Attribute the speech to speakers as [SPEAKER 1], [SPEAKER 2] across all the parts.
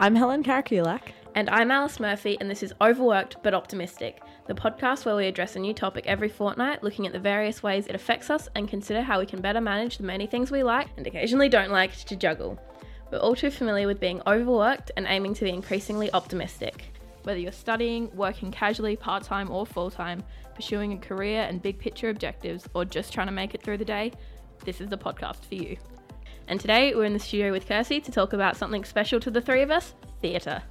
[SPEAKER 1] I'm Helen Karakulak.
[SPEAKER 2] And I'm Alice Murphy, and this is Overworked But Optimistic, the podcast where we address a new topic every fortnight, looking at the various ways it affects us and consider how we can better manage the many things we like and occasionally don't like to juggle. We're all too familiar with being overworked and aiming to be increasingly optimistic.
[SPEAKER 3] Whether you're studying, working casually, part time, or full time, pursuing a career and big picture objectives, or just trying to make it through the day, this is the podcast for you.
[SPEAKER 2] And today we're in the studio with Kirsty to talk about something special to the three of us theatre.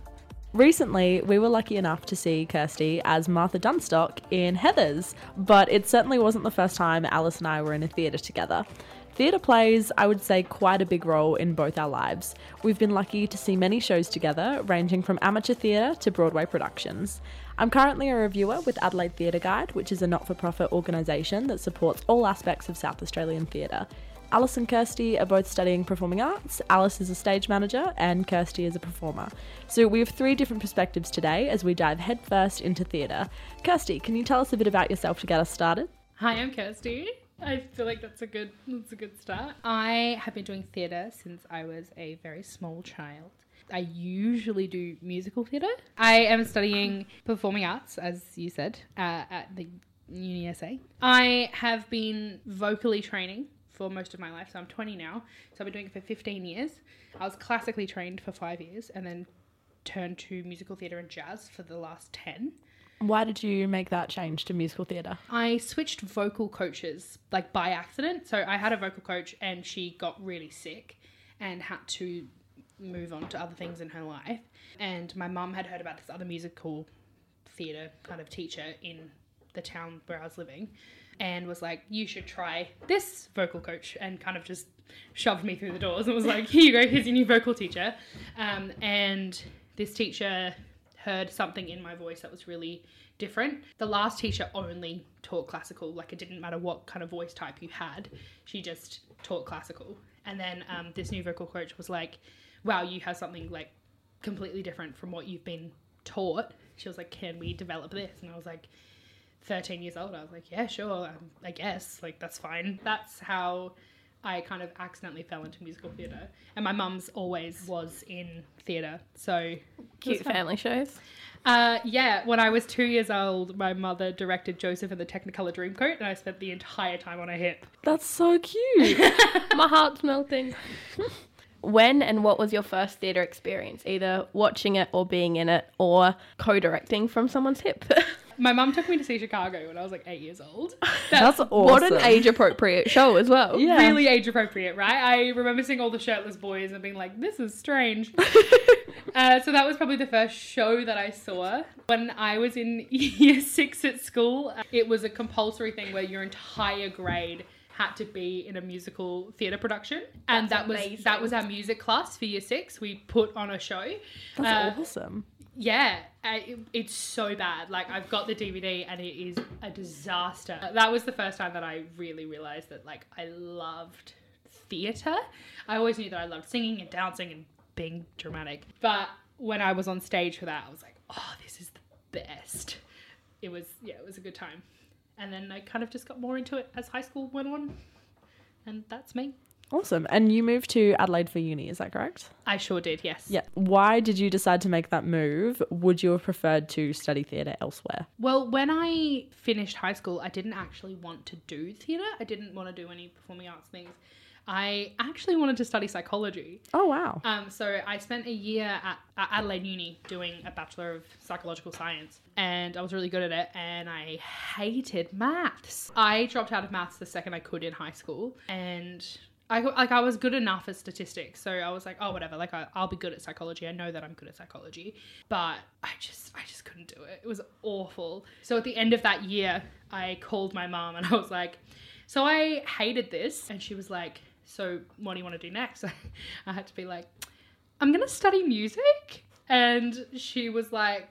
[SPEAKER 1] Recently, we were lucky enough to see Kirsty as Martha Dunstock in Heathers, but it certainly wasn't the first time Alice and I were in a theatre together. Theatre plays, I would say, quite a big role in both our lives. We've been lucky to see many shows together, ranging from amateur theatre to Broadway productions. I'm currently a reviewer with Adelaide Theatre Guide, which is a not for profit organisation that supports all aspects of South Australian theatre. Alice and Kirsty are both studying performing arts. Alice is a stage manager and Kirsty is a performer. So we have three different perspectives today as we dive headfirst into theatre. Kirsty, can you tell us a bit about yourself to get us started?
[SPEAKER 4] Hi, I'm Kirsty. I feel like that's a good that's a good start. I have been doing theatre since I was a very small child. I usually do musical theatre. I am studying performing arts, as you said, uh, at the Uni SA. I have been vocally training for most of my life, so I'm 20 now. So I've been doing it for 15 years. I was classically trained for five years, and then turned to musical theatre and jazz for the last 10.
[SPEAKER 1] Why did you make that change to musical theatre?
[SPEAKER 4] I switched vocal coaches like by accident. So I had a vocal coach and she got really sick and had to move on to other things in her life. And my mum had heard about this other musical theatre kind of teacher in the town where I was living and was like, You should try this vocal coach and kind of just shoved me through the doors and was like, Here you go, here's your new vocal teacher. Um, and this teacher heard something in my voice that was really different. The last teacher only taught classical, like it didn't matter what kind of voice type you had, she just taught classical. And then um, this new vocal coach was like, wow, you have something like completely different from what you've been taught. She was like, can we develop this? And I was like, 13 years old. I was like, yeah, sure, um, I guess, like that's fine. That's how I kind of accidentally fell into musical theatre. And my mum's always was in theatre, so
[SPEAKER 2] Cute family shows.
[SPEAKER 4] uh, yeah, when I was two years old, my mother directed Joseph and the Technicolor Dreamcoat, and I spent the entire time on her hip.
[SPEAKER 1] That's so cute.
[SPEAKER 2] My heart's melting. when and what was your first theatre experience? Either watching it or being in it or co directing from someone's hip.
[SPEAKER 4] My mum took me to see Chicago when I was like eight years old.
[SPEAKER 1] That's awesome.
[SPEAKER 2] What an age appropriate show as well.
[SPEAKER 1] Yeah.
[SPEAKER 4] Really age appropriate, right? I remember seeing all the shirtless boys and being like, this is strange. uh, so that was probably the first show that I saw. When I was in year six at school, uh, it was a compulsory thing where your entire grade had to be in a musical theatre production. And
[SPEAKER 2] That's
[SPEAKER 4] that was
[SPEAKER 2] amazing.
[SPEAKER 4] that was our music class for year six. We put on a show. Uh,
[SPEAKER 1] That's awesome.
[SPEAKER 4] Yeah, I, it- it's so bad. Like I've got the DVD and it is a disaster. That was the first time that I really realized that like I loved theater. I always knew that I loved singing and dancing and being dramatic. But when I was on stage for that, I was like, "Oh, this is the best." It was yeah, it was a good time. And then I kind of just got more into it as high school went on. And that's me.
[SPEAKER 1] Awesome. And you moved to Adelaide for uni, is that correct?
[SPEAKER 4] I sure did. Yes.
[SPEAKER 1] Yeah. Why did you decide to make that move? Would you have preferred to study theatre elsewhere?
[SPEAKER 4] Well, when I finished high school, I didn't actually want to do theatre. I didn't want to do any performing arts things. I actually wanted to study psychology.
[SPEAKER 1] Oh, wow.
[SPEAKER 4] Um, so I spent a year at, at Adelaide Uni doing a Bachelor of Psychological Science, and I was really good at it. And I hated maths. I dropped out of maths the second I could in high school, and I like I was good enough at statistics, so I was like, oh whatever, like I, I'll be good at psychology. I know that I'm good at psychology, but I just I just couldn't do it. It was awful. So at the end of that year, I called my mom and I was like, so I hated this, and she was like so what do you want to do next? I had to be like, I'm going to study music. And she was like,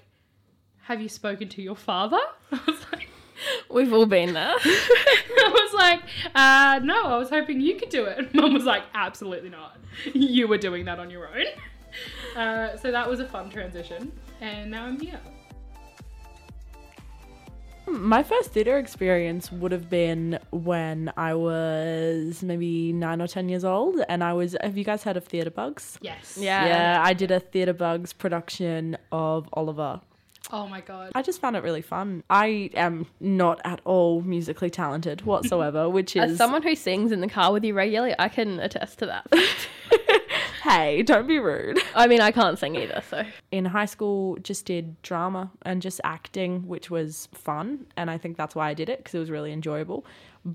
[SPEAKER 4] have you spoken to your father? I was like,
[SPEAKER 2] We've all been there.
[SPEAKER 4] I was like, uh, no, I was hoping you could do it. And mum was like, absolutely not. You were doing that on your own. Uh, so that was a fun transition. And now I'm here.
[SPEAKER 1] My first theatre experience would have been when I was maybe nine or 10 years old. And I was, have you guys heard of Theatre Bugs?
[SPEAKER 4] Yes.
[SPEAKER 3] Yeah.
[SPEAKER 1] Yeah, I did a Theatre Bugs production of Oliver.
[SPEAKER 4] Oh my god.
[SPEAKER 1] I just found it really fun. I am not at all musically talented whatsoever, which
[SPEAKER 2] As
[SPEAKER 1] is
[SPEAKER 2] someone who sings in the car with you regularly, I can attest to that.
[SPEAKER 1] hey, don't be rude.
[SPEAKER 2] I mean, I can't sing either, so
[SPEAKER 1] In high school, just did drama and just acting, which was fun, and I think that's why I did it because it was really enjoyable.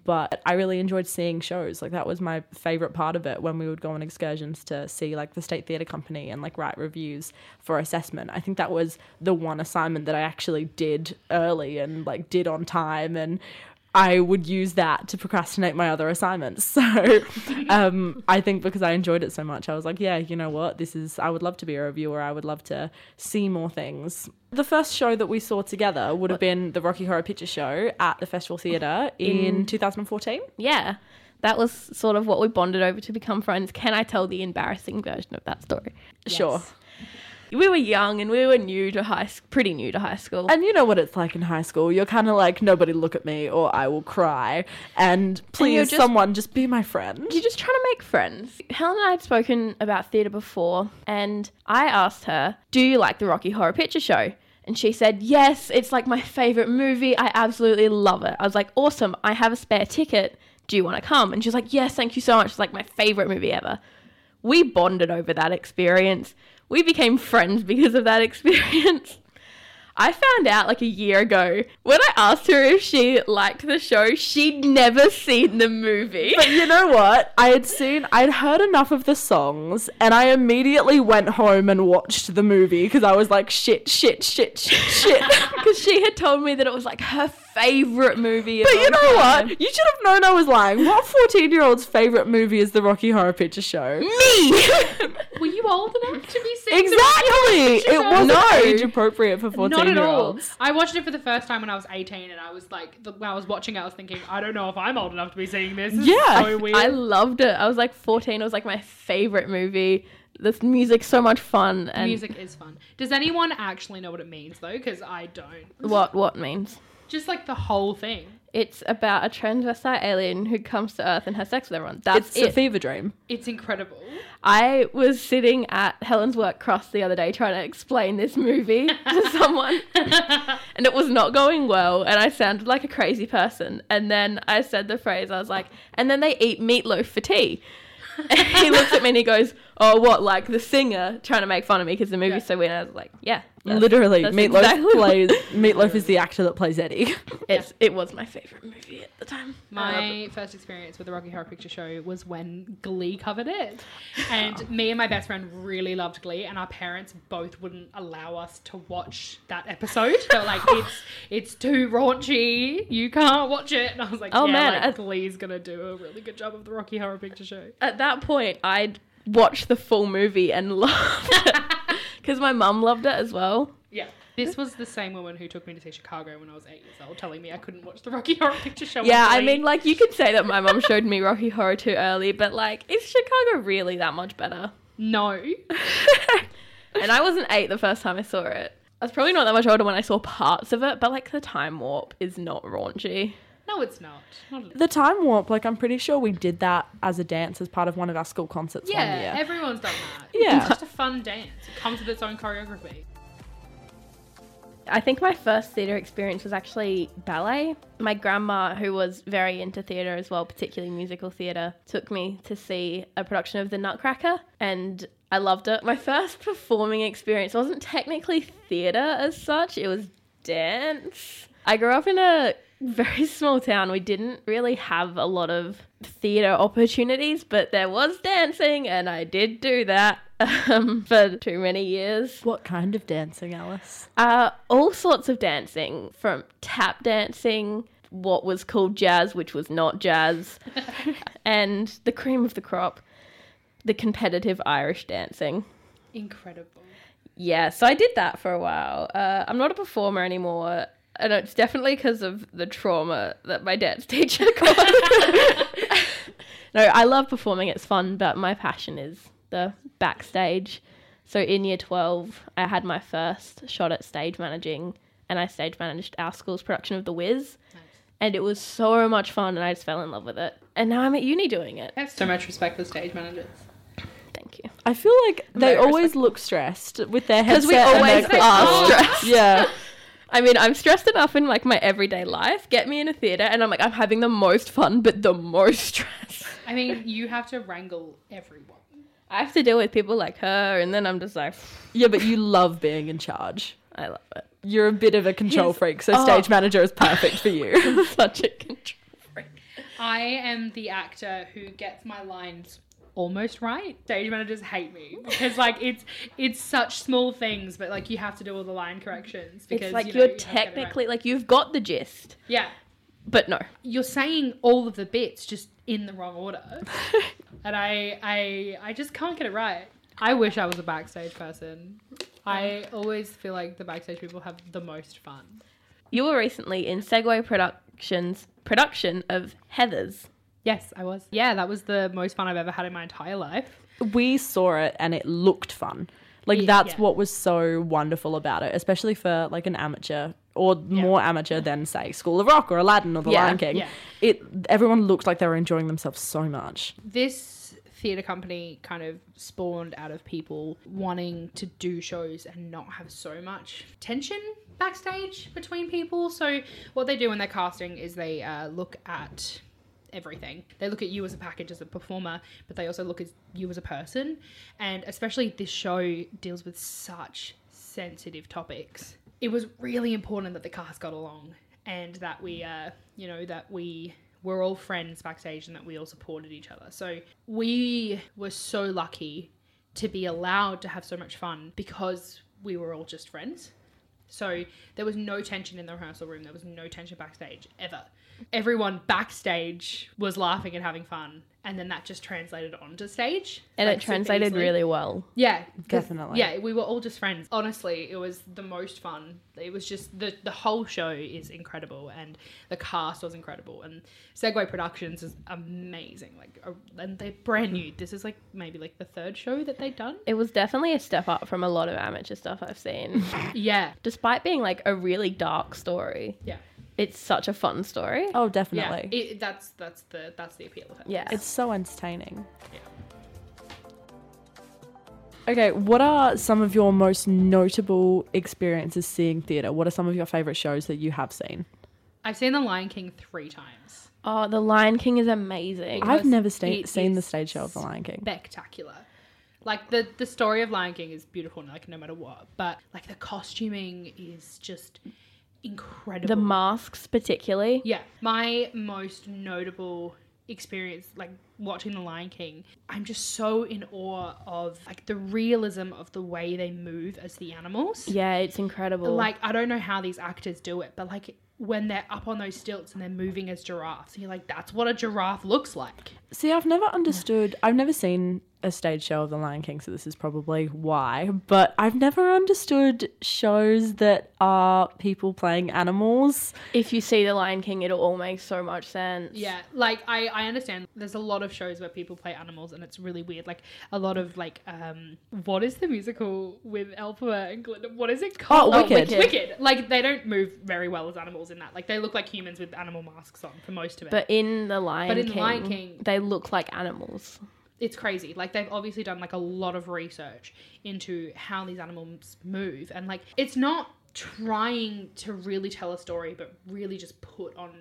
[SPEAKER 1] But I really enjoyed seeing shows. Like that was my favorite part of it when we would go on excursions to see like the state theatre company and like write reviews for assessment. I think that was the one assignment that I actually did early and like did on time and I would use that to procrastinate my other assignments. So um, I think because I enjoyed it so much, I was like, yeah, you know what? This is, I would love to be a reviewer. I would love to see more things. The first show that we saw together would have been the Rocky Horror Picture Show at the Festival Theatre in 2014.
[SPEAKER 2] yeah. That was sort of what we bonded over to become friends. Can I tell the embarrassing version of that story?
[SPEAKER 1] Sure.
[SPEAKER 2] We were young and we were new to high, s- pretty new to high school.
[SPEAKER 1] And you know what it's like in high school. You're kind of like, nobody look at me or I will cry. And please,
[SPEAKER 2] you're just-
[SPEAKER 1] someone, just be my friend.
[SPEAKER 2] You're just trying to make friends. Helen and I had spoken about theatre before, and I asked her, Do you like the Rocky Horror Picture Show? And she said, Yes, it's like my favourite movie. I absolutely love it. I was like, Awesome, I have a spare ticket. Do you want to come? And she was like, Yes, thank you so much. It's like my favourite movie ever. We bonded over that experience. We became friends because of that experience. I found out like a year ago when I asked her if she liked the show, she'd never seen the movie.
[SPEAKER 1] But you know what? I had seen, I'd heard enough of the songs, and I immediately went home and watched the movie because I was like, shit, shit, shit, shit, shit.
[SPEAKER 2] because she had told me that it was like her favorite movie. of
[SPEAKER 1] But you
[SPEAKER 2] all
[SPEAKER 1] know
[SPEAKER 2] time.
[SPEAKER 1] what? You should have known I was lying. What 14 year old's favourite movie is the Rocky Horror Picture Show?
[SPEAKER 2] Me.
[SPEAKER 4] Were you old enough to be seeing the-
[SPEAKER 1] Exactly!
[SPEAKER 4] Picture
[SPEAKER 1] It
[SPEAKER 4] Show.
[SPEAKER 1] wasn't
[SPEAKER 2] No.
[SPEAKER 1] age appropriate for 14
[SPEAKER 4] Not at
[SPEAKER 1] year
[SPEAKER 4] all.
[SPEAKER 1] olds.
[SPEAKER 4] I watched it for the first time when I was 18, and I was like, the, when I was watching it, I was thinking, I don't know if I'm old enough to be seeing this. This is
[SPEAKER 1] Yeah.
[SPEAKER 4] so weird.
[SPEAKER 2] I loved it. I was like 14. It was like my favorite movie. This music's so much fun. And
[SPEAKER 4] Music is fun. Does anyone actually know what it means though? Because I don't.
[SPEAKER 2] what what means?
[SPEAKER 4] Just like the whole thing.
[SPEAKER 2] It's about a transvestite alien who comes to Earth and has sex with everyone. That's
[SPEAKER 1] It's
[SPEAKER 2] it.
[SPEAKER 1] a fever dream.
[SPEAKER 4] It's incredible.
[SPEAKER 2] I was sitting at Helen's work cross the other day trying to explain this movie to someone, and it was not going well. And I sounded like a crazy person. And then I said the phrase, I was like, and then they eat meatloaf for tea. And he looks at me and he goes, Oh, what? Like the singer trying to make fun of me because the movie's so weird. And I was like, Yeah. that's-
[SPEAKER 1] Literally,
[SPEAKER 2] that's
[SPEAKER 1] Meatloaf
[SPEAKER 2] exactly what-
[SPEAKER 1] plays. Meatloaf is the actor that plays Eddie.
[SPEAKER 2] It's, it was my favorite movie at the time. Um,
[SPEAKER 4] My first experience with the Rocky Horror Picture Show was when Glee covered it.
[SPEAKER 2] Oh.
[SPEAKER 4] And me and my best friend really loved Glee, and our parents both wouldn't allow us to watch that episode. They were like, it's, it's too raunchy. You can't watch it. And I was like,
[SPEAKER 2] Oh,
[SPEAKER 4] oh, yeah,
[SPEAKER 2] man,
[SPEAKER 4] Like,
[SPEAKER 2] I-
[SPEAKER 4] Glee's going to do a really good job of the Rocky Horror Picture Show.
[SPEAKER 2] at that point, I'd watched the full movie and loved it because my mum loved it as well.
[SPEAKER 4] Yeah. This was the same woman who took me to see Chicago when I was eight years old, telling me I couldn't watch the Rocky Horror Picture Show. on
[SPEAKER 2] Yeah, I
[SPEAKER 4] Glee.
[SPEAKER 2] mean, like you could say that my mum showed me Rocky Horror too early, but like, is Chicago really that much better?
[SPEAKER 4] no.
[SPEAKER 2] and I wasn't eight the first time I saw it. I was probably not that much older when I saw parts of it, but like the time warp is not raunchy.
[SPEAKER 4] No, it's not. Not at all.
[SPEAKER 1] The time warp, like I'm pretty sure we did that as a dance as part of one of our school concerts one year.
[SPEAKER 4] Yeah, everyone's done that.
[SPEAKER 1] Yeah.
[SPEAKER 4] It's just a fun dance. It comes with its own choreography.
[SPEAKER 2] I think my first theatre experience was actually ballet. My grandma, who was very into theatre as well, particularly musical theatre, took me to see a production of The Nutcracker and I loved it. My first performing experience wasn't technically theatre as such, it was dance. I grew up in a very small town. We didn't really have a lot of theatre opportunities, but there was dancing and I did do that um, for too many years.
[SPEAKER 1] What kind of dancing, Alice?
[SPEAKER 2] Uh, all sorts of dancing, from tap dancing, what was called jazz, which was not jazz, and the cream of the crop, the competitive Irish dancing.
[SPEAKER 4] Incredible.
[SPEAKER 2] Yeah, so I did that for a while. Uh, I'm not a performer anymore, and it's definitely because of the trauma that my dance teacher caused. no, I love performing, it's fun, but my passion is the backstage. So in year 12, I had my first shot at stage managing, and I stage managed our school's production of The Wiz. And it was so much fun, and I just fell in love with it. And now I'm at uni doing it.
[SPEAKER 4] I have so much respect for stage managers.
[SPEAKER 2] Thank you.
[SPEAKER 1] I feel like they
[SPEAKER 2] Very
[SPEAKER 1] always look stressed with their headset
[SPEAKER 2] Because we
[SPEAKER 1] and their
[SPEAKER 2] always "Oh, are
[SPEAKER 1] class.
[SPEAKER 2] stressed.
[SPEAKER 1] Yeah.
[SPEAKER 2] I mean, I'm stressed enough in like my everyday life. Get me in a theater, and I'm like, I'm having the most fun, but the most stress.
[SPEAKER 4] I mean, you have to wrangle everyone.
[SPEAKER 2] I have to deal with people like her, and then I'm just like,
[SPEAKER 1] Yeah, but you love being in charge.
[SPEAKER 2] I love it.
[SPEAKER 1] You're a bit of a control
[SPEAKER 2] Yes.
[SPEAKER 1] freak, so
[SPEAKER 2] Oh.
[SPEAKER 1] stage manager is perfect for you.
[SPEAKER 2] I'm such a control freak.
[SPEAKER 4] I am the actor who gets my lines almost right. Stage managers hate me because like it's it's such small things, but like you have to do all the line corrections because
[SPEAKER 2] It's like
[SPEAKER 4] you
[SPEAKER 2] you
[SPEAKER 4] know,
[SPEAKER 2] are
[SPEAKER 4] you have to get it right.
[SPEAKER 2] technically like you've got the gist,
[SPEAKER 4] yeah.
[SPEAKER 2] but no.
[SPEAKER 4] You're saying all of the bits just in the wrong order, and I I I just can't get it right. I wish I was a backstage person. I always feel like the backstage people have the most fun.
[SPEAKER 2] You were recently in Segway Productions production of Heather's.
[SPEAKER 4] Yes, I was. Yeah, that was the most fun I've ever had in my entire life.
[SPEAKER 1] we saw it and it looked fun. Like
[SPEAKER 4] Yeah.
[SPEAKER 1] that's
[SPEAKER 4] Yeah.
[SPEAKER 1] what was so wonderful about it, especially for like an amateur or more amateur than say School of Rock or Aladdin or The
[SPEAKER 2] Yeah.
[SPEAKER 1] Lion King.
[SPEAKER 4] Yeah.
[SPEAKER 1] It everyone looked like they were enjoying themselves so much.
[SPEAKER 4] this theater company kind of spawned out of people wanting to do shows and not have so much tension backstage between people so what they do when they're casting is they uh, look at everything they look at you as a package as a performer but they also look at you as a person and especially this show deals with such sensitive topics it was really important that the cast got along and that we uh, you know that we were all friends backstage and that we all supported each other so we were so lucky to be allowed to have so much fun because we were all just friends so there was no tension in the rehearsal room there was no tension backstage ever everyone backstage was laughing and having fun and then that just translated onto stage
[SPEAKER 2] And
[SPEAKER 4] like,
[SPEAKER 2] it
[SPEAKER 4] super
[SPEAKER 2] translated
[SPEAKER 4] easily.
[SPEAKER 2] really well.
[SPEAKER 4] Yeah, 'cause-
[SPEAKER 1] Definitely.
[SPEAKER 4] Yeah, we were all just friends. Honestly, it was the most fun. It was just the the whole show is incredible, and the cast was incredible, and Segway Productions is amazing. Like, uh, and they're brand new. This is like maybe like the third show that they've done.
[SPEAKER 2] It was definitely a step up from a lot of amateur stuff I've seen.
[SPEAKER 4] Yeah,
[SPEAKER 2] Despite being like a really dark story,
[SPEAKER 4] yeah,
[SPEAKER 2] it's such a fun story.
[SPEAKER 1] Oh,
[SPEAKER 4] yeah.
[SPEAKER 1] definitely.
[SPEAKER 4] It, that's that's the that's the appeal of it.
[SPEAKER 2] Yeah.
[SPEAKER 1] it's so entertaining. Okay, what are some of your most notable experiences seeing theatre? What are some of your favourite shows that you have seen?
[SPEAKER 4] I've seen The Lion King three times.
[SPEAKER 2] Oh, The Lion King is amazing.
[SPEAKER 1] I've
[SPEAKER 4] Because
[SPEAKER 1] never sta-
[SPEAKER 4] it
[SPEAKER 1] seen the
[SPEAKER 4] is
[SPEAKER 1] stage show of The Lion King.
[SPEAKER 4] spectacular. Like the the story of Lion King is beautiful, like no matter what. But like the costuming is just incredible.
[SPEAKER 2] The masks, particularly.
[SPEAKER 4] yeah, my most notable experience, like watching The Lion King, I'm just so in awe of like the realism of the way they move as the animals.
[SPEAKER 2] Yeah, it's incredible.
[SPEAKER 4] Like I don't know how these actors do it, but like when they're up on those stilts and they're moving as giraffes, you're like, that's what a giraffe looks like.
[SPEAKER 1] See, I've never understood. I've never seen a stage show of The Lion King, so this is probably why. But I've never understood shows that are people playing animals.
[SPEAKER 2] if you see The Lion King, it'll all make so much sense.
[SPEAKER 4] Yeah, like I, I understand there's a lot of shows where people play animals and it's really weird. Like a lot of like um what is the musical with Elphaba and Glinda? What is it called?
[SPEAKER 1] Oh, Wicked.
[SPEAKER 4] Wicked. Wicked. Like they don't move very well as animals in that. Like they look like humans with animal masks on for most of it.
[SPEAKER 2] But in The Lion
[SPEAKER 4] But in The
[SPEAKER 2] King,
[SPEAKER 4] Lion King-
[SPEAKER 2] they look like animals.
[SPEAKER 4] it's crazy. Like they've obviously done like a lot of research into how these animals move and like it's not trying to really tell a story but really just put on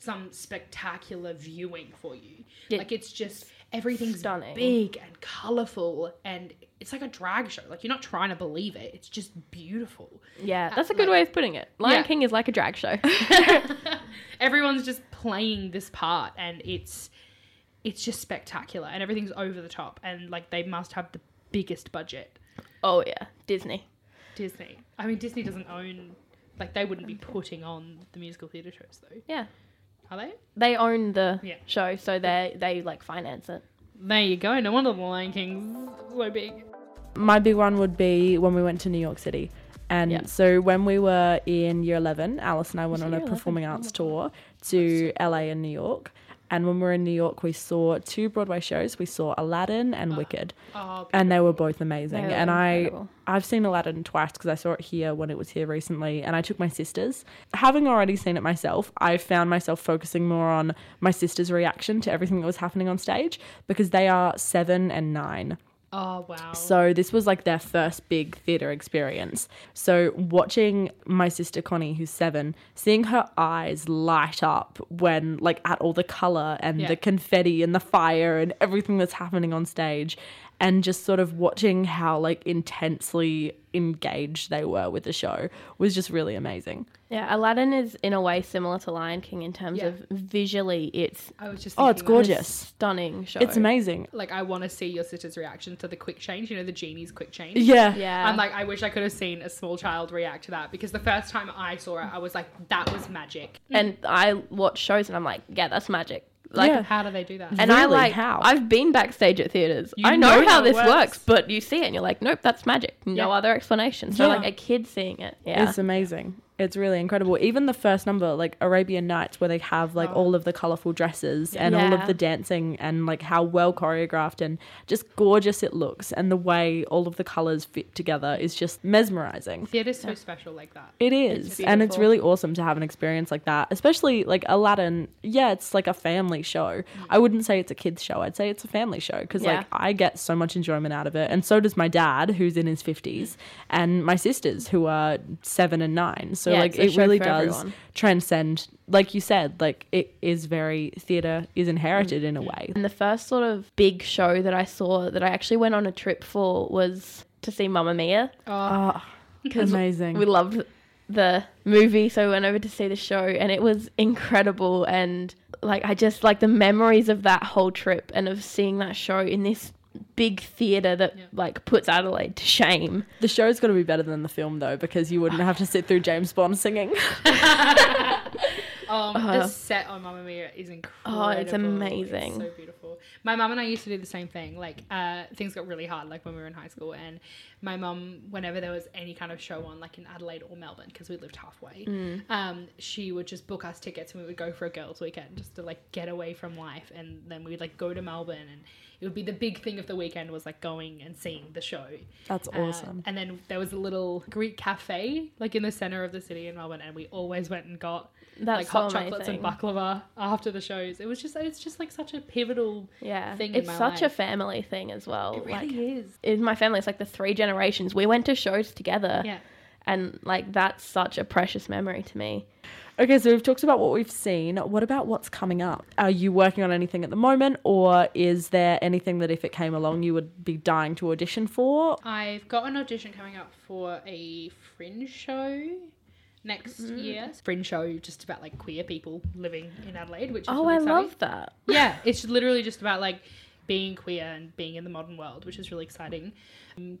[SPEAKER 4] some spectacular viewing for you.
[SPEAKER 2] Yeah.
[SPEAKER 4] Like it's just everything's
[SPEAKER 2] Stunning.
[SPEAKER 4] big and colorful and it's like a drag show. Like you're not trying to believe it. It's just beautiful.
[SPEAKER 2] Yeah, that's a good way of putting it. Lion
[SPEAKER 4] Yeah.
[SPEAKER 2] King is like a drag show.
[SPEAKER 4] Everyone's just playing this part and it's it's just spectacular and everything's over the top and like they must have the biggest budget
[SPEAKER 2] oh yeah, Disney.
[SPEAKER 4] Disney. I mean, Disney doesn't own, like, they wouldn't be putting on the musical theatre shows, though.
[SPEAKER 2] Yeah,
[SPEAKER 4] Are they?
[SPEAKER 2] they own the
[SPEAKER 4] Yeah.
[SPEAKER 2] show, so they they like finance it.
[SPEAKER 4] There you go. No wonder The Lion King's so big.
[SPEAKER 1] My big one would be when we went to New York City. And
[SPEAKER 2] Yeah.
[SPEAKER 1] so when we were in year 11, Alice and I went on a
[SPEAKER 2] year
[SPEAKER 1] performing
[SPEAKER 2] 11? Oh
[SPEAKER 1] arts tour to LA and New York. And when we were in New York, we saw two Broadway shows. We saw Aladdin and Wicked,
[SPEAKER 4] Oh,
[SPEAKER 1] and they were both amazing.
[SPEAKER 3] They were
[SPEAKER 1] and
[SPEAKER 3] incredible.
[SPEAKER 1] I, I've seen Aladdin twice because I saw it here when it was here recently, and I took my sisters. Having already seen it myself, I found myself focusing more on my sister's reaction to everything that was happening on stage because they are seven and nine.
[SPEAKER 4] oh wow.
[SPEAKER 1] So this was like their first big theater experience. So watching my sister Connie, who's seven, seeing her eyes light up when like at all the color and
[SPEAKER 4] Yeah.
[SPEAKER 1] the confetti and the fire and everything that's happening on stage, and just sort of watching how like intensely engaged they were with the show was just really amazing.
[SPEAKER 2] Yeah, Aladdin is in a way similar to Lion King in terms
[SPEAKER 4] Yeah.
[SPEAKER 2] of visually, it's
[SPEAKER 4] I was just
[SPEAKER 1] Oh, it's
[SPEAKER 4] thinking that.
[SPEAKER 2] a
[SPEAKER 1] gorgeous.
[SPEAKER 2] stunning show.
[SPEAKER 1] It's amazing.
[SPEAKER 4] Like I want to see your sister's reaction to the quick change. You know the genie's quick change.
[SPEAKER 1] Yeah.
[SPEAKER 2] Yeah,
[SPEAKER 4] I'm like, I wish I could have seen a small child react to that because the first time I saw it, I was like, that was magic.
[SPEAKER 2] and I watch shows and I'm like, yeah, that's magic. Like,
[SPEAKER 1] Yeah.
[SPEAKER 4] How do they do that?
[SPEAKER 2] and I
[SPEAKER 1] Really?
[SPEAKER 2] like
[SPEAKER 1] How?
[SPEAKER 2] I've been backstage at theaters.
[SPEAKER 4] You
[SPEAKER 2] I know,
[SPEAKER 4] know
[SPEAKER 2] how
[SPEAKER 4] how it
[SPEAKER 2] this works.
[SPEAKER 4] works.
[SPEAKER 2] but you see it and you're like, nope, that's magic. No
[SPEAKER 4] Yeah.
[SPEAKER 2] other explanation. So
[SPEAKER 1] Yeah.
[SPEAKER 2] like a kid seeing it, yeah,
[SPEAKER 1] It's amazing. It's really incredible. Even the first number, like Arabian Nights, where they have like all of the colorful dresses and all
[SPEAKER 2] Oh. Yeah.
[SPEAKER 1] of the dancing and like how well choreographed and just gorgeous it looks and the way all of the colors fit together is just mesmerizing.
[SPEAKER 4] Theatre's so special like that.
[SPEAKER 1] It is. and it's
[SPEAKER 2] beautiful.
[SPEAKER 1] really awesome to have an experience like that, especially like Aladdin. Yeah, it's like a family show. I wouldn't say it's a kids show. I'd say it's a family show because
[SPEAKER 2] Mm. Yeah.
[SPEAKER 1] like I get so much enjoyment out of it and so does my dad who's in his 50s and my sisters who are 7 and 9. So
[SPEAKER 2] Yeah,
[SPEAKER 1] like
[SPEAKER 2] it's a
[SPEAKER 1] it
[SPEAKER 2] show
[SPEAKER 1] really
[SPEAKER 2] for
[SPEAKER 1] does
[SPEAKER 2] everyone.
[SPEAKER 1] transcend like you said, like it is very theater is inherited in a way.
[SPEAKER 2] And the first sort of big show that I saw that I actually went on a trip for was to see Mamma Mia.
[SPEAKER 4] Oh,
[SPEAKER 2] Ah,
[SPEAKER 1] Amazing.
[SPEAKER 2] We loved the movie, so we went over to see the show, and it was incredible. And like, I just like the memories of that whole trip and of seeing that show in this big theater that like puts Adelaide to shame.
[SPEAKER 1] the show's got to be better than the film though because you wouldn't have to sit through James Bond singing.
[SPEAKER 4] Um, the set on Mamma Mia is incredible.
[SPEAKER 2] amazing.
[SPEAKER 4] so beautiful. My mum and I used to do the same thing. Like uh, things got really hard, like when we were in high school, and my mum, whenever there was any kind of show on, like in Adelaide or Melbourne, because we lived halfway, um, she would just book us tickets and we would go for a girls' weekend just to like get away from life, and then we'd like go to Melbourne, and it would be the big thing of the weekend was like going and seeing the show.
[SPEAKER 1] That's
[SPEAKER 4] Uh,
[SPEAKER 1] awesome.
[SPEAKER 4] and then there was a little Greek cafe like in the center of the city in Melbourne, and we always went and got
[SPEAKER 2] That's
[SPEAKER 4] like hot
[SPEAKER 2] so
[SPEAKER 4] chocolates and
[SPEAKER 2] amazing.
[SPEAKER 4] baklava after the shows. It was just it's just like such a pivotal.
[SPEAKER 2] Yeah,
[SPEAKER 4] Thing in
[SPEAKER 2] it's
[SPEAKER 4] my
[SPEAKER 2] such a
[SPEAKER 4] life.
[SPEAKER 2] family thing as well.
[SPEAKER 4] It
[SPEAKER 2] like,
[SPEAKER 4] really is.
[SPEAKER 2] in my family, it's like the three generations. We went to shows together,
[SPEAKER 4] Yeah.
[SPEAKER 2] and like that's such a precious memory to me.
[SPEAKER 1] Okay, so we've talked about what we've seen. What about what's coming up? Are you working on anything at the moment, or is there anything that if it came along you would be dying to audition for?
[SPEAKER 4] I've got an audition coming up for a fringe show next
[SPEAKER 2] Mm-hmm.
[SPEAKER 4] year. Fringe show just about like queer people living in Adelaide, which is
[SPEAKER 2] Oh,
[SPEAKER 4] really
[SPEAKER 2] I
[SPEAKER 4] exciting.
[SPEAKER 2] love that.
[SPEAKER 4] yeah, it's literally just about like being queer and being in the modern world, which is really exciting. I'm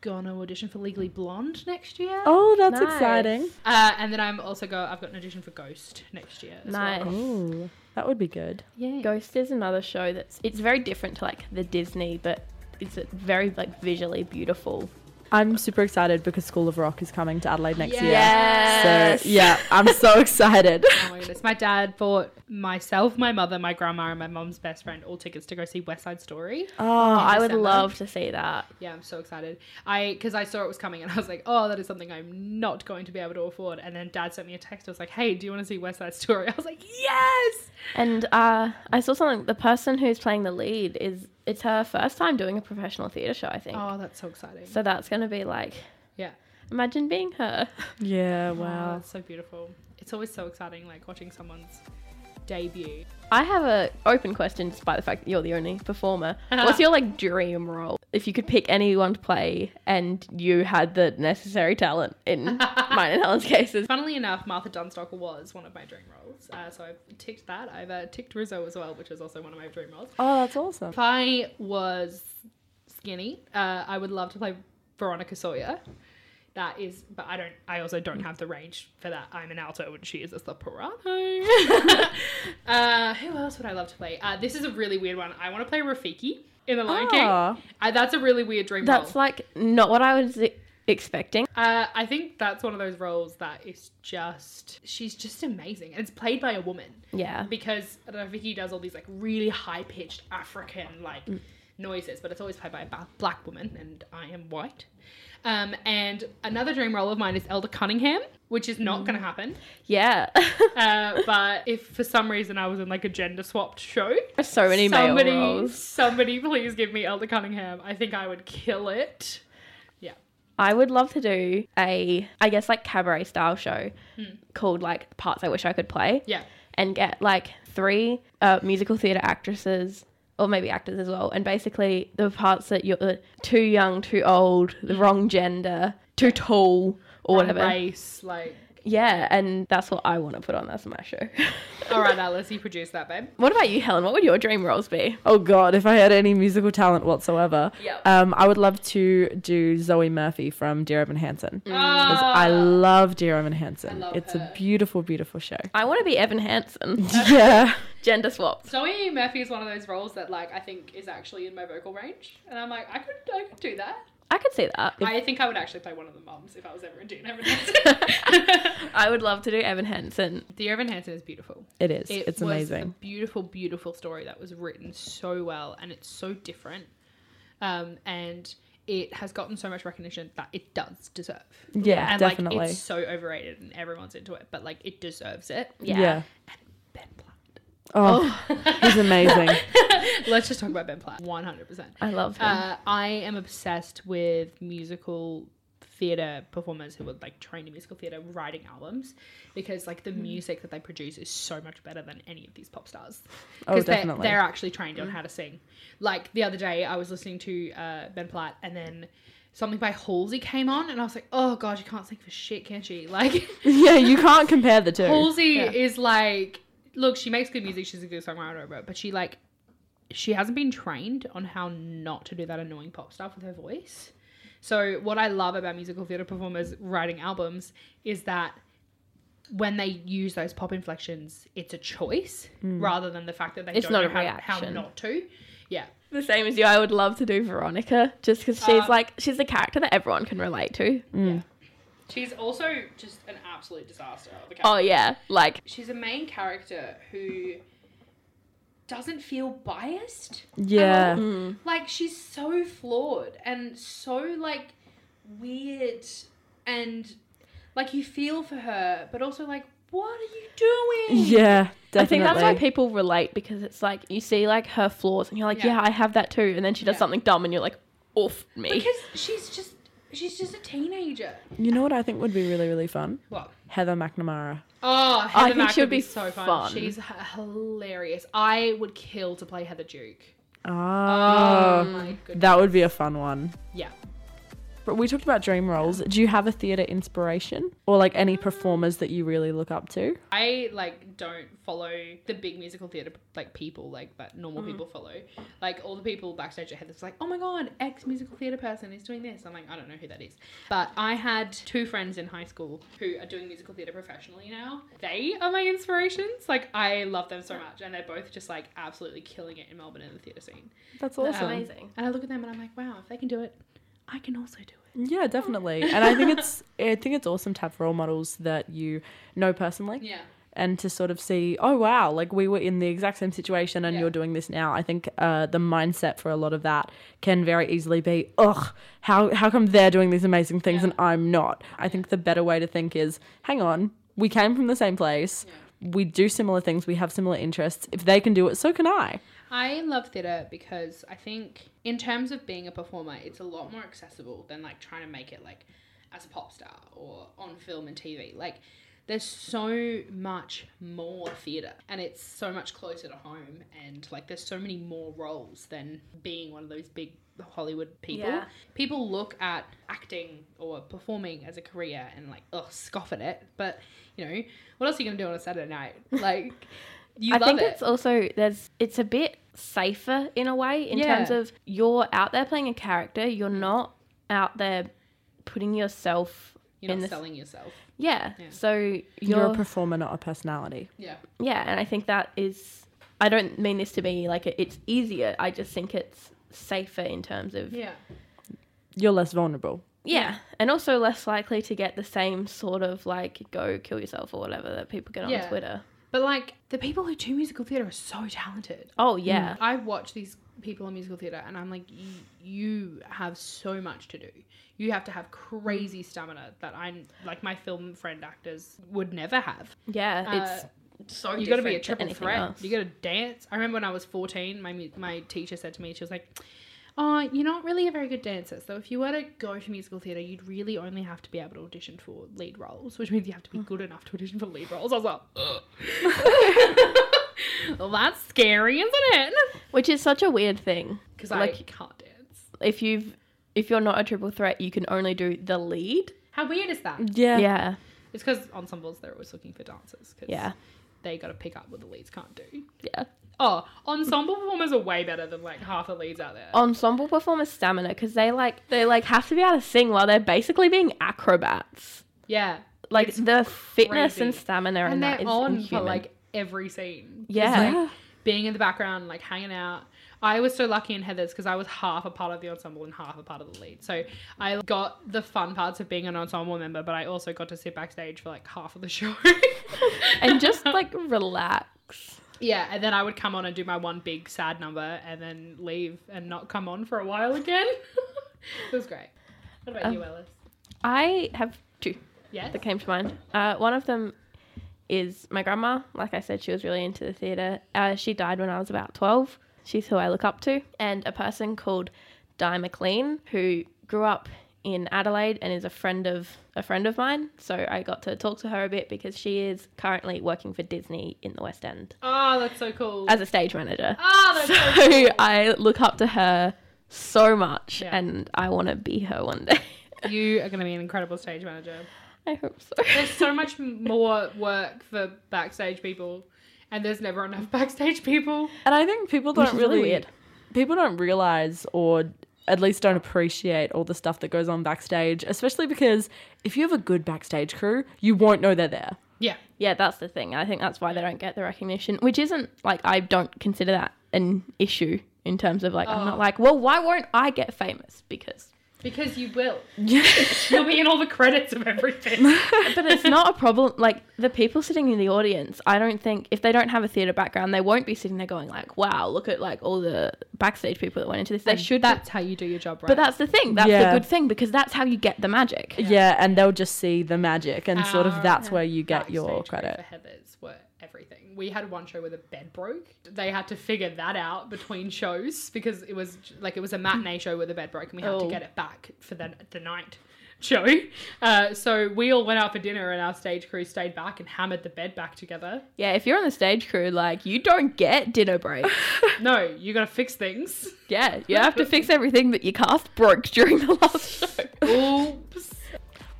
[SPEAKER 4] gonna audition for Legally Blonde next year.
[SPEAKER 1] Oh, that's
[SPEAKER 2] Nice.
[SPEAKER 1] exciting.
[SPEAKER 4] Uh, and then I'm also go. I've got an audition for Ghost next year. As
[SPEAKER 2] Nice.
[SPEAKER 4] Well.
[SPEAKER 1] Ooh, that would be good.
[SPEAKER 4] Yeah.
[SPEAKER 2] Ghost is another show that's it's very different to like the Disney, but it's a very like visually beautiful.
[SPEAKER 1] I'm super excited because School of Rock is coming to Adelaide next year.
[SPEAKER 2] Yes.
[SPEAKER 1] So yeah, I'm so excited.
[SPEAKER 4] Oh my goodness. My dad bought myself, my mother, my grandma, and my mom's best friend all tickets to go see West Side Story.
[SPEAKER 2] Oh,
[SPEAKER 1] Oh,
[SPEAKER 2] I would
[SPEAKER 4] December.
[SPEAKER 2] love to see that.
[SPEAKER 4] Yeah, I'm so excited. I because I saw it was coming and I was like, oh, that is something I'm not going to be able to afford. And then dad sent me a text. I was like, hey, do you want to see West Side Story? I was like, yes.
[SPEAKER 2] And uh, I saw something. The person who's playing the lead is it's her first time doing a professional theatre show, I think.
[SPEAKER 4] Oh, that's so exciting.
[SPEAKER 2] So that's gonna be like
[SPEAKER 4] yeah.
[SPEAKER 2] imagine being her.
[SPEAKER 1] yeah,
[SPEAKER 4] Wow,
[SPEAKER 1] wow.
[SPEAKER 4] that's so beautiful. It's always so exciting, like watching someone's debut.
[SPEAKER 2] I have a open question, despite the fact that you're the only performer.
[SPEAKER 4] Uh-huh.
[SPEAKER 2] What's your like dream role? If you could pick anyone to play, and you had the necessary talent in mine and Helen's cases,
[SPEAKER 4] Funnily enough, Martha Dunstock was one of my dream roles. Uh, so I've ticked that. I've uh, ticked Rizzo as well, which is also one of my dream roles.
[SPEAKER 1] Oh, that's awesome.
[SPEAKER 4] If I was skinny, uh, I would love to play Veronica Sawyer. That is, but I don't. I also don't have the range for that. I'm an alto, and she is a soprano. uh, who else would I love to play? Uh, this is a really weird one. I want to play Rafiki in The Lion
[SPEAKER 1] Ah.
[SPEAKER 4] King. Uh, that's a really weird dream
[SPEAKER 2] that's
[SPEAKER 4] role.
[SPEAKER 2] like not what I was e-, expecting.
[SPEAKER 4] Uh, I think that's one of those roles that is just she's just amazing. And it's played by a woman
[SPEAKER 2] Yeah.
[SPEAKER 4] because I don't know, Vicky does all these like really high pitched African like
[SPEAKER 2] Mm.
[SPEAKER 4] noises, but it's always played by a ba- black woman, and I am white. Um, and another dream role of mine is Elder Cunningham, which is not going
[SPEAKER 2] Mm.
[SPEAKER 4] to happen.
[SPEAKER 2] Yeah.
[SPEAKER 4] Uh, but if for some reason I was in like a gender swapped show,
[SPEAKER 2] so many
[SPEAKER 4] somebody,
[SPEAKER 2] male roles.
[SPEAKER 4] somebody, please give me Elder Cunningham. I think I would kill it.
[SPEAKER 2] I would love to do a, I guess, like cabaret style show called like Parts I Wish I Could Play
[SPEAKER 4] Hmm. Yeah.
[SPEAKER 2] and get like three uh, musical theatre actresses or maybe actors as well. And basically, the parts that you're uh, too young, too old, the wrong gender, too tall, or whatever.
[SPEAKER 4] Race, Hmm. like.
[SPEAKER 2] Yeah, and that's what I want to put on. That's my show.
[SPEAKER 4] All right, Alice, you produce that, babe.
[SPEAKER 2] what about you, Helen? What would your dream roles be?
[SPEAKER 1] Oh God, if I had any musical talent whatsoever,
[SPEAKER 2] Yep.
[SPEAKER 1] um, I would love to do Zoe Murphy from Dear Evan Hansen. 'Cause
[SPEAKER 4] Ah,
[SPEAKER 1] I love Dear Evan Hansen.
[SPEAKER 4] love
[SPEAKER 1] It's
[SPEAKER 4] her. Uh,
[SPEAKER 1] a beautiful, beautiful show.
[SPEAKER 2] I want to be Evan Hansen.
[SPEAKER 1] yeah.
[SPEAKER 2] Gender swaps.
[SPEAKER 4] Zoe Murphy is one of those roles that like I think is actually in my vocal range, and I'm like I could I could do that.
[SPEAKER 2] I could see that.
[SPEAKER 4] I think I would actually play one of the moms if I was ever in Dear Evan
[SPEAKER 2] I would love to do Evan Hansen.
[SPEAKER 4] Dear Evan Hansen is beautiful.
[SPEAKER 1] It is.
[SPEAKER 4] It
[SPEAKER 1] it's
[SPEAKER 4] was
[SPEAKER 1] amazing.
[SPEAKER 4] A beautiful, beautiful story that was written so well, and it's so different, um, and it has gotten so much recognition that it does deserve.
[SPEAKER 1] Yeah,
[SPEAKER 4] and
[SPEAKER 1] definitely.
[SPEAKER 4] like it's so overrated and everyone's into it, but like it deserves it.
[SPEAKER 2] Yeah.
[SPEAKER 4] Ben Platt.
[SPEAKER 1] Oh, he's amazing.
[SPEAKER 4] Let's just talk about Ben Platt. One hundred percent.
[SPEAKER 2] I love him.
[SPEAKER 4] Uh, I am obsessed with musical theater performers who were like trained in musical theater writing albums because like
[SPEAKER 1] Hmm.
[SPEAKER 4] the music that they produce is so much better than any of these pop stars
[SPEAKER 1] Oh,
[SPEAKER 4] because they're,
[SPEAKER 1] definitely. Hmm.
[SPEAKER 4] they're actually trained on how to sing like the other day i was listening to uh, ben platt and then something by halsey came on and i was like oh god you can't sing for shit can she like
[SPEAKER 1] yeah, you can't compare the two.
[SPEAKER 4] Halsey is like, look, she makes good music. She's a good songwriter, but- but she like, she hasn't been trained on how not to do that annoying pop stuff with her voice. So what I love about musical theater performers writing albums is that when they use those pop inflections, it's a choice rather than the fact that they
[SPEAKER 2] Mm. It's
[SPEAKER 4] don't
[SPEAKER 2] not
[SPEAKER 4] know
[SPEAKER 2] a
[SPEAKER 4] how, how
[SPEAKER 2] reaction.
[SPEAKER 4] not to. Yeah,
[SPEAKER 2] the same as you. I would love to do Veronica just because she's
[SPEAKER 4] Uh,
[SPEAKER 2] like, she's the character that everyone can relate to.
[SPEAKER 4] she's also just an absolute disaster. Of a character.
[SPEAKER 2] Oh, yeah. Like,
[SPEAKER 4] She's a main character who doesn't feel biased.
[SPEAKER 1] Yeah.
[SPEAKER 4] at all.
[SPEAKER 2] mm.
[SPEAKER 4] Like she's so flawed and so like weird and like you feel for her, but also like what are you doing?
[SPEAKER 1] Yeah, definitely.
[SPEAKER 2] I think that's why people relate because it's like, you see like her flaws and you're like,
[SPEAKER 4] Yeah.
[SPEAKER 2] yeah, I have that too. And then she does
[SPEAKER 4] Yeah.
[SPEAKER 2] something dumb and you're like, oof me.
[SPEAKER 4] Because she's just she's just a teenager.
[SPEAKER 1] You know what I think would be really, really fun?
[SPEAKER 4] What?
[SPEAKER 1] Heather McNamara.
[SPEAKER 4] Oh, Heather
[SPEAKER 2] think
[SPEAKER 4] Mack
[SPEAKER 2] she
[SPEAKER 4] would
[SPEAKER 2] would
[SPEAKER 4] be,
[SPEAKER 2] be
[SPEAKER 4] so fun.
[SPEAKER 2] fun.
[SPEAKER 4] She's h- hilarious. I would kill to play Heather Duke.
[SPEAKER 1] Oh,
[SPEAKER 4] my goodness.
[SPEAKER 1] that would be a fun one.
[SPEAKER 4] Yeah.
[SPEAKER 1] But we talked about dream roles. Do you have a theatre inspiration or like any performers that you really look up to?
[SPEAKER 4] I like don't follow the big musical theater like people like that normal people follow. Like all the people backstage at Heather's like, oh my god, ex musical theater person is doing this. I'm like, I don't know who that is. But I had two friends in high school who are doing musical theater professionally now. They are my inspirations. Like I love them so much, and they're both just like absolutely killing it in Melbourne in the theater scene.
[SPEAKER 1] That's
[SPEAKER 2] That's
[SPEAKER 1] awesome.
[SPEAKER 2] amazing.
[SPEAKER 4] And I look at them and I'm like, wow, if they can do it, I can also do it.
[SPEAKER 1] Yeah, definitely. And I think it's I think it's awesome to have role models that you know personally
[SPEAKER 4] Yeah.
[SPEAKER 1] and to sort of see, oh wow, like we were in the exact same situation and
[SPEAKER 4] Yeah.
[SPEAKER 1] you're doing this now. I think uh, the mindset for a lot of that can very easily be, ugh, how how come they're doing these amazing things and I'm not? I think the better way to think is, hang on, we came from the same place. We do similar things. We have similar interests. If they can do it, so can I.
[SPEAKER 4] I love theatre because I think, in terms of being a performer, it's a lot more accessible than like trying to make it like as a pop star or on film and TV. Like, there's so much more theatre and it's so much closer to home, and like, there's so many more roles than being one of those big Hollywood people.
[SPEAKER 2] Yeah.
[SPEAKER 4] People look at acting or performing as a career and like, ugh, scoff at it. But, you know, what else are you going to do on a Saturday night? Like, you
[SPEAKER 2] I
[SPEAKER 4] love
[SPEAKER 2] think
[SPEAKER 4] it.
[SPEAKER 2] it's also there's it's a bit safer in a way in
[SPEAKER 4] Yeah.
[SPEAKER 2] terms of you're out there playing a character, you're not out there putting yourself
[SPEAKER 4] You're
[SPEAKER 2] in
[SPEAKER 4] not
[SPEAKER 2] the-
[SPEAKER 4] selling yourself.
[SPEAKER 2] yeah.
[SPEAKER 4] Yeah.
[SPEAKER 2] So you're,
[SPEAKER 1] You're a performer, not a personality.
[SPEAKER 4] Yeah.
[SPEAKER 2] yeah, and I think that is I don't mean this to be like a, it's easier. I just think it's safer in terms of
[SPEAKER 4] Yeah.
[SPEAKER 1] You're less vulnerable.
[SPEAKER 2] yeah. And also less likely to get the same sort of like go kill yourself or whatever that people get on
[SPEAKER 4] Yeah.
[SPEAKER 2] Twitter.
[SPEAKER 4] But like the people who do musical theater are so talented.
[SPEAKER 2] Oh yeah.
[SPEAKER 4] I watch these people in musical theater and I'm like, "Y- you have so much to do. You have to have crazy stamina that I'm like my film friend actors would never have.
[SPEAKER 1] Mm.
[SPEAKER 2] Yeah. It's
[SPEAKER 4] Uh,
[SPEAKER 2] so
[SPEAKER 4] you got to be a
[SPEAKER 2] different to
[SPEAKER 4] triple
[SPEAKER 2] anything
[SPEAKER 4] threat.
[SPEAKER 2] else.
[SPEAKER 4] You got to dance. I remember when I was 14, my mu- my teacher said to me, she was like, "Oh, you're not really a very good dancer. So if you were to go for musical theater, you'd really only have to be able to audition for lead roles, which means you have to
[SPEAKER 2] Oh.
[SPEAKER 4] be good enough to audition for lead roles." I was like, "Ugh." "Well, that's scary, isn't it?"
[SPEAKER 2] Which is such a weird thing.
[SPEAKER 4] Because I
[SPEAKER 2] Like-
[SPEAKER 4] can't dance.
[SPEAKER 2] If you've if you're not a triple threat, you can only do the lead.
[SPEAKER 4] How weird is that?
[SPEAKER 1] Yeah.
[SPEAKER 2] Yeah.
[SPEAKER 4] It's because ensembles they're always looking for dancers. Cause
[SPEAKER 2] Yeah.
[SPEAKER 4] they got to pick up what the leads can't do.
[SPEAKER 2] Yeah.
[SPEAKER 4] Oh, ensemble performers are way better than like half the leads out there.
[SPEAKER 2] Ensemble performers stamina because they like they like have to be able to sing while they're basically being acrobats.
[SPEAKER 4] Yeah.
[SPEAKER 2] Like
[SPEAKER 4] It's
[SPEAKER 2] the fitness and
[SPEAKER 4] crazy.
[SPEAKER 2] stamina and,
[SPEAKER 4] and
[SPEAKER 2] that
[SPEAKER 4] they're
[SPEAKER 2] is
[SPEAKER 4] on for
[SPEAKER 2] inhuman.
[SPEAKER 4] like every scene. Just,
[SPEAKER 2] Yeah.
[SPEAKER 4] like, being in the background, like hanging out. I was so lucky in Heather's because I was half a part of the ensemble and half a part of the lead. So I got the fun parts of being an ensemble member, but I also got to sit backstage for like half of the show.
[SPEAKER 2] and just like relax.
[SPEAKER 4] yeah, and then I would come on and do my one big sad number and then leave and not come on for a while again. it was great. What about
[SPEAKER 2] Um,
[SPEAKER 4] you, Ellis?
[SPEAKER 2] I have two
[SPEAKER 4] Yes.
[SPEAKER 2] that came to mind. Uh, one of them is my grandma. Like I said, she was really into the theatre. Uh, she died when I was about 12. She's who I look up to. And a person called Di McLean, who grew up in Adelaide and is a friend of a friend of mine. So I got to talk to her a bit because she is currently working for Disney in the West End
[SPEAKER 4] Oh, that's so cool.
[SPEAKER 2] as a stage manager.
[SPEAKER 4] oh, that's
[SPEAKER 2] So
[SPEAKER 4] so
[SPEAKER 2] I look up to her so much
[SPEAKER 4] Yeah.
[SPEAKER 2] and I want to be her one day.
[SPEAKER 4] You are going to be an incredible stage manager.
[SPEAKER 2] I hope so.
[SPEAKER 4] There's so much more work for backstage people, and there's never enough backstage people.
[SPEAKER 1] And I think people
[SPEAKER 2] Which
[SPEAKER 1] don't
[SPEAKER 2] is really
[SPEAKER 1] really,
[SPEAKER 2] weird.
[SPEAKER 1] people don't realize or at least don't appreciate all the stuff that goes on backstage, especially because if you have a good backstage crew, you won't know they're there.
[SPEAKER 4] Yeah.
[SPEAKER 2] Yeah, that's the thing. I think that's why they don't get the recognition, which isn't like I don't consider that an issue in terms of like I'm not like, well, why won't I get famous? Because
[SPEAKER 4] Because you will. You'll be in all the credits of everything.
[SPEAKER 2] but it's not a problem. Like the people sitting in the audience, I don't think if they don't have a theater background, they won't be sitting there going like, wow, look at like all the backstage people that went into this. They should
[SPEAKER 4] That's how you do your job right.
[SPEAKER 2] But that's the thing. That's
[SPEAKER 1] Yeah.
[SPEAKER 2] the good thing because that's how you get the magic.
[SPEAKER 1] Yeah. and they'll just see the magic and sort of
[SPEAKER 4] Our
[SPEAKER 1] that's where you get your
[SPEAKER 4] backstage crew
[SPEAKER 1] credit.
[SPEAKER 4] For Heather's were everything. We had one show where the bed broke. They had to figure that out between shows because it was like it was a matinee show where the bed broke, and we had
[SPEAKER 2] Oh.
[SPEAKER 4] to get it back for the the night show. Uh, so we all went out for dinner, and our stage crew stayed back and hammered the bed back together.
[SPEAKER 2] Yeah, if you're on the stage crew, like you don't get dinner breaks.
[SPEAKER 4] No, you got to fix things.
[SPEAKER 2] yeah, you have to fix everything that your cast broke during the last show.
[SPEAKER 4] Oops.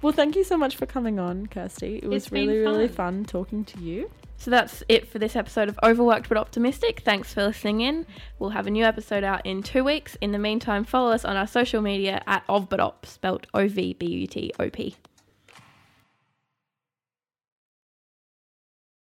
[SPEAKER 1] Well, thank you so much for coming on, Kirsty. It was
[SPEAKER 4] It's been
[SPEAKER 1] really, really fun
[SPEAKER 4] fun.
[SPEAKER 1] talking to you.
[SPEAKER 2] So that's it for this episode of Overworked but Optimistic. Thanks for listening in. We'll have a new episode out in two weeks. In the meantime, follow us on our social media at OVBUTOP, spelt O V B U T O P.